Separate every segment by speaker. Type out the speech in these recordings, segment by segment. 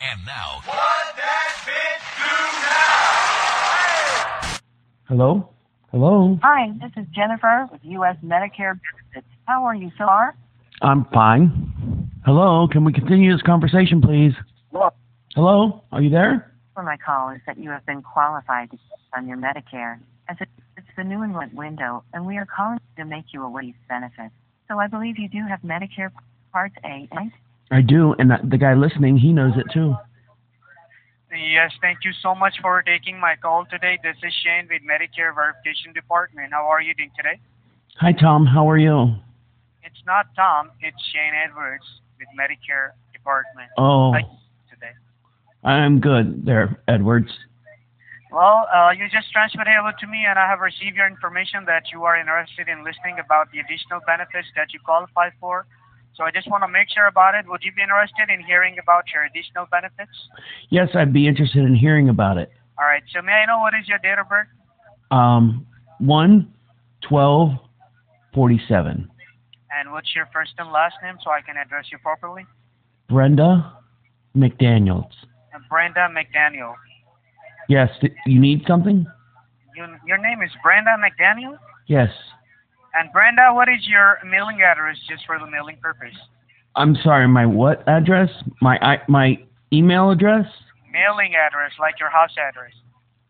Speaker 1: And now,
Speaker 2: Hello? Hello?
Speaker 3: Hi, this is Jennifer with U.S. Medicare Benefits. How are you, sir?
Speaker 2: I'm fine. Hello? Can we continue this conversation, please? Hello? Are you there?
Speaker 3: For my call is that you have been qualified to get on your Medicare. As it, it's the new enrollment window, and we are calling to make you aware of these benefits. So I believe you do have Medicare Part A, right?
Speaker 2: I do, and the guy listening, he knows it too.
Speaker 4: Yes, thank you so much for taking my call today. This is Shane with Medicare Verification Department. How are you doing today?
Speaker 2: Hi, Tom. How are you?
Speaker 4: It's not Tom, it's Shane Edwards with Medicare Department.
Speaker 2: Oh,
Speaker 4: How are you today.
Speaker 2: I'm good there, Edwards.
Speaker 4: Well, uh, you just transferred it over to me, and I have received your information that you are interested in listening about the additional benefits that you qualify for. So I just want to make sure about it. Would you be interested in hearing about your additional benefits?
Speaker 2: Yes, I'd be interested in hearing about it.
Speaker 4: All right. So may I know what is your date of birth?
Speaker 2: Um, 1 12 47.
Speaker 4: And what's your first and last name so I can address you properly?
Speaker 2: Brenda McDaniels.
Speaker 4: And Brenda McDaniel.
Speaker 2: Yes, th- you need something?
Speaker 4: You, your name is Brenda McDaniel?
Speaker 2: Yes.
Speaker 4: And Brenda, what is your mailing address just for the mailing purpose?
Speaker 2: I'm sorry, my what address? My I, my email address?
Speaker 4: Mailing address, like your house address.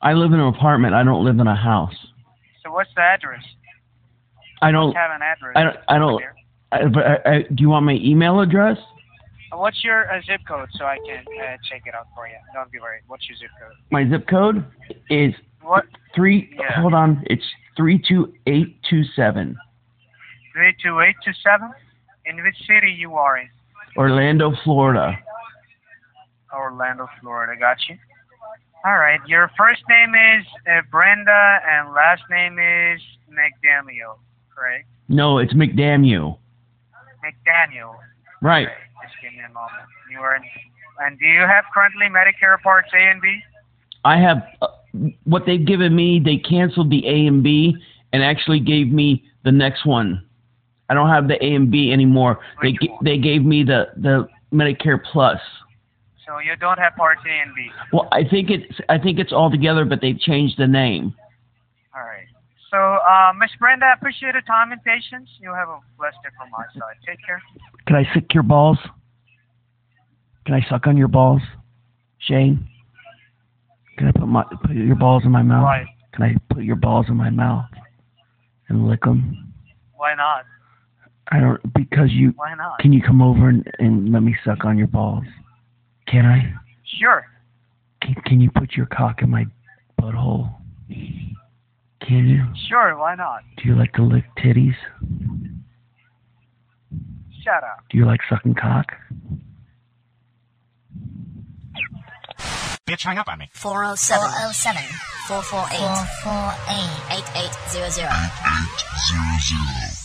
Speaker 2: I live in an apartment. I don't live in a house.
Speaker 4: So what's the address?
Speaker 2: I don't.
Speaker 4: have an address.
Speaker 2: Oh, I don't. I don't.
Speaker 4: There.
Speaker 2: I, but I, I, do you want my email address?
Speaker 4: Uh, What's your uh, zip code so I can uh, check it out for you? Don't be worried. What's your zip code?
Speaker 2: My zip code is
Speaker 4: What?
Speaker 2: three.
Speaker 4: Yeah.
Speaker 2: Hold on. It's three two eight two seven.
Speaker 4: 32827? In which city you are in?
Speaker 2: Orlando, Florida.
Speaker 4: Orlando, Florida. Got you. All right. Your first name is uh, Brenda and last name is McDaniel, correct?
Speaker 2: No, it's McDamn you.
Speaker 4: McDaniel.
Speaker 2: Right.
Speaker 4: Just give me a moment. You are in, and do you have currently Medicare Parts A and B?
Speaker 2: I have uh, what they've given me. They canceled the A and B and actually gave me the next one. I don't have the A and B anymore. They
Speaker 4: Which
Speaker 2: g-
Speaker 4: one?
Speaker 2: they gave me the the Medicare Plus.
Speaker 4: So you don't have Parts A and B.
Speaker 2: Well, I think it's I think it's all together, but they've changed the name.
Speaker 4: All right. So, uh, Miss Brenda, I appreciate your time and patience. You have a blessed day from my side. Take care.
Speaker 2: Can I suck your balls? Can I suck on your balls, Shane? Can I put my put your balls in my mouth?
Speaker 4: Why?
Speaker 2: Can I put your balls in my mouth and lick them?
Speaker 4: Why not?
Speaker 2: I don't because you
Speaker 4: Why not?
Speaker 2: Can you come over and, and let me suck on your balls? Can I?
Speaker 4: Sure.
Speaker 2: Can, can you put your cock in my butthole? Can you?
Speaker 4: Sure. Why not?
Speaker 2: Do you like to lick titties?
Speaker 4: Shut up.
Speaker 2: Do you like sucking cock?
Speaker 1: bitch, hang up on me.
Speaker 5: 407 407 448 448 8800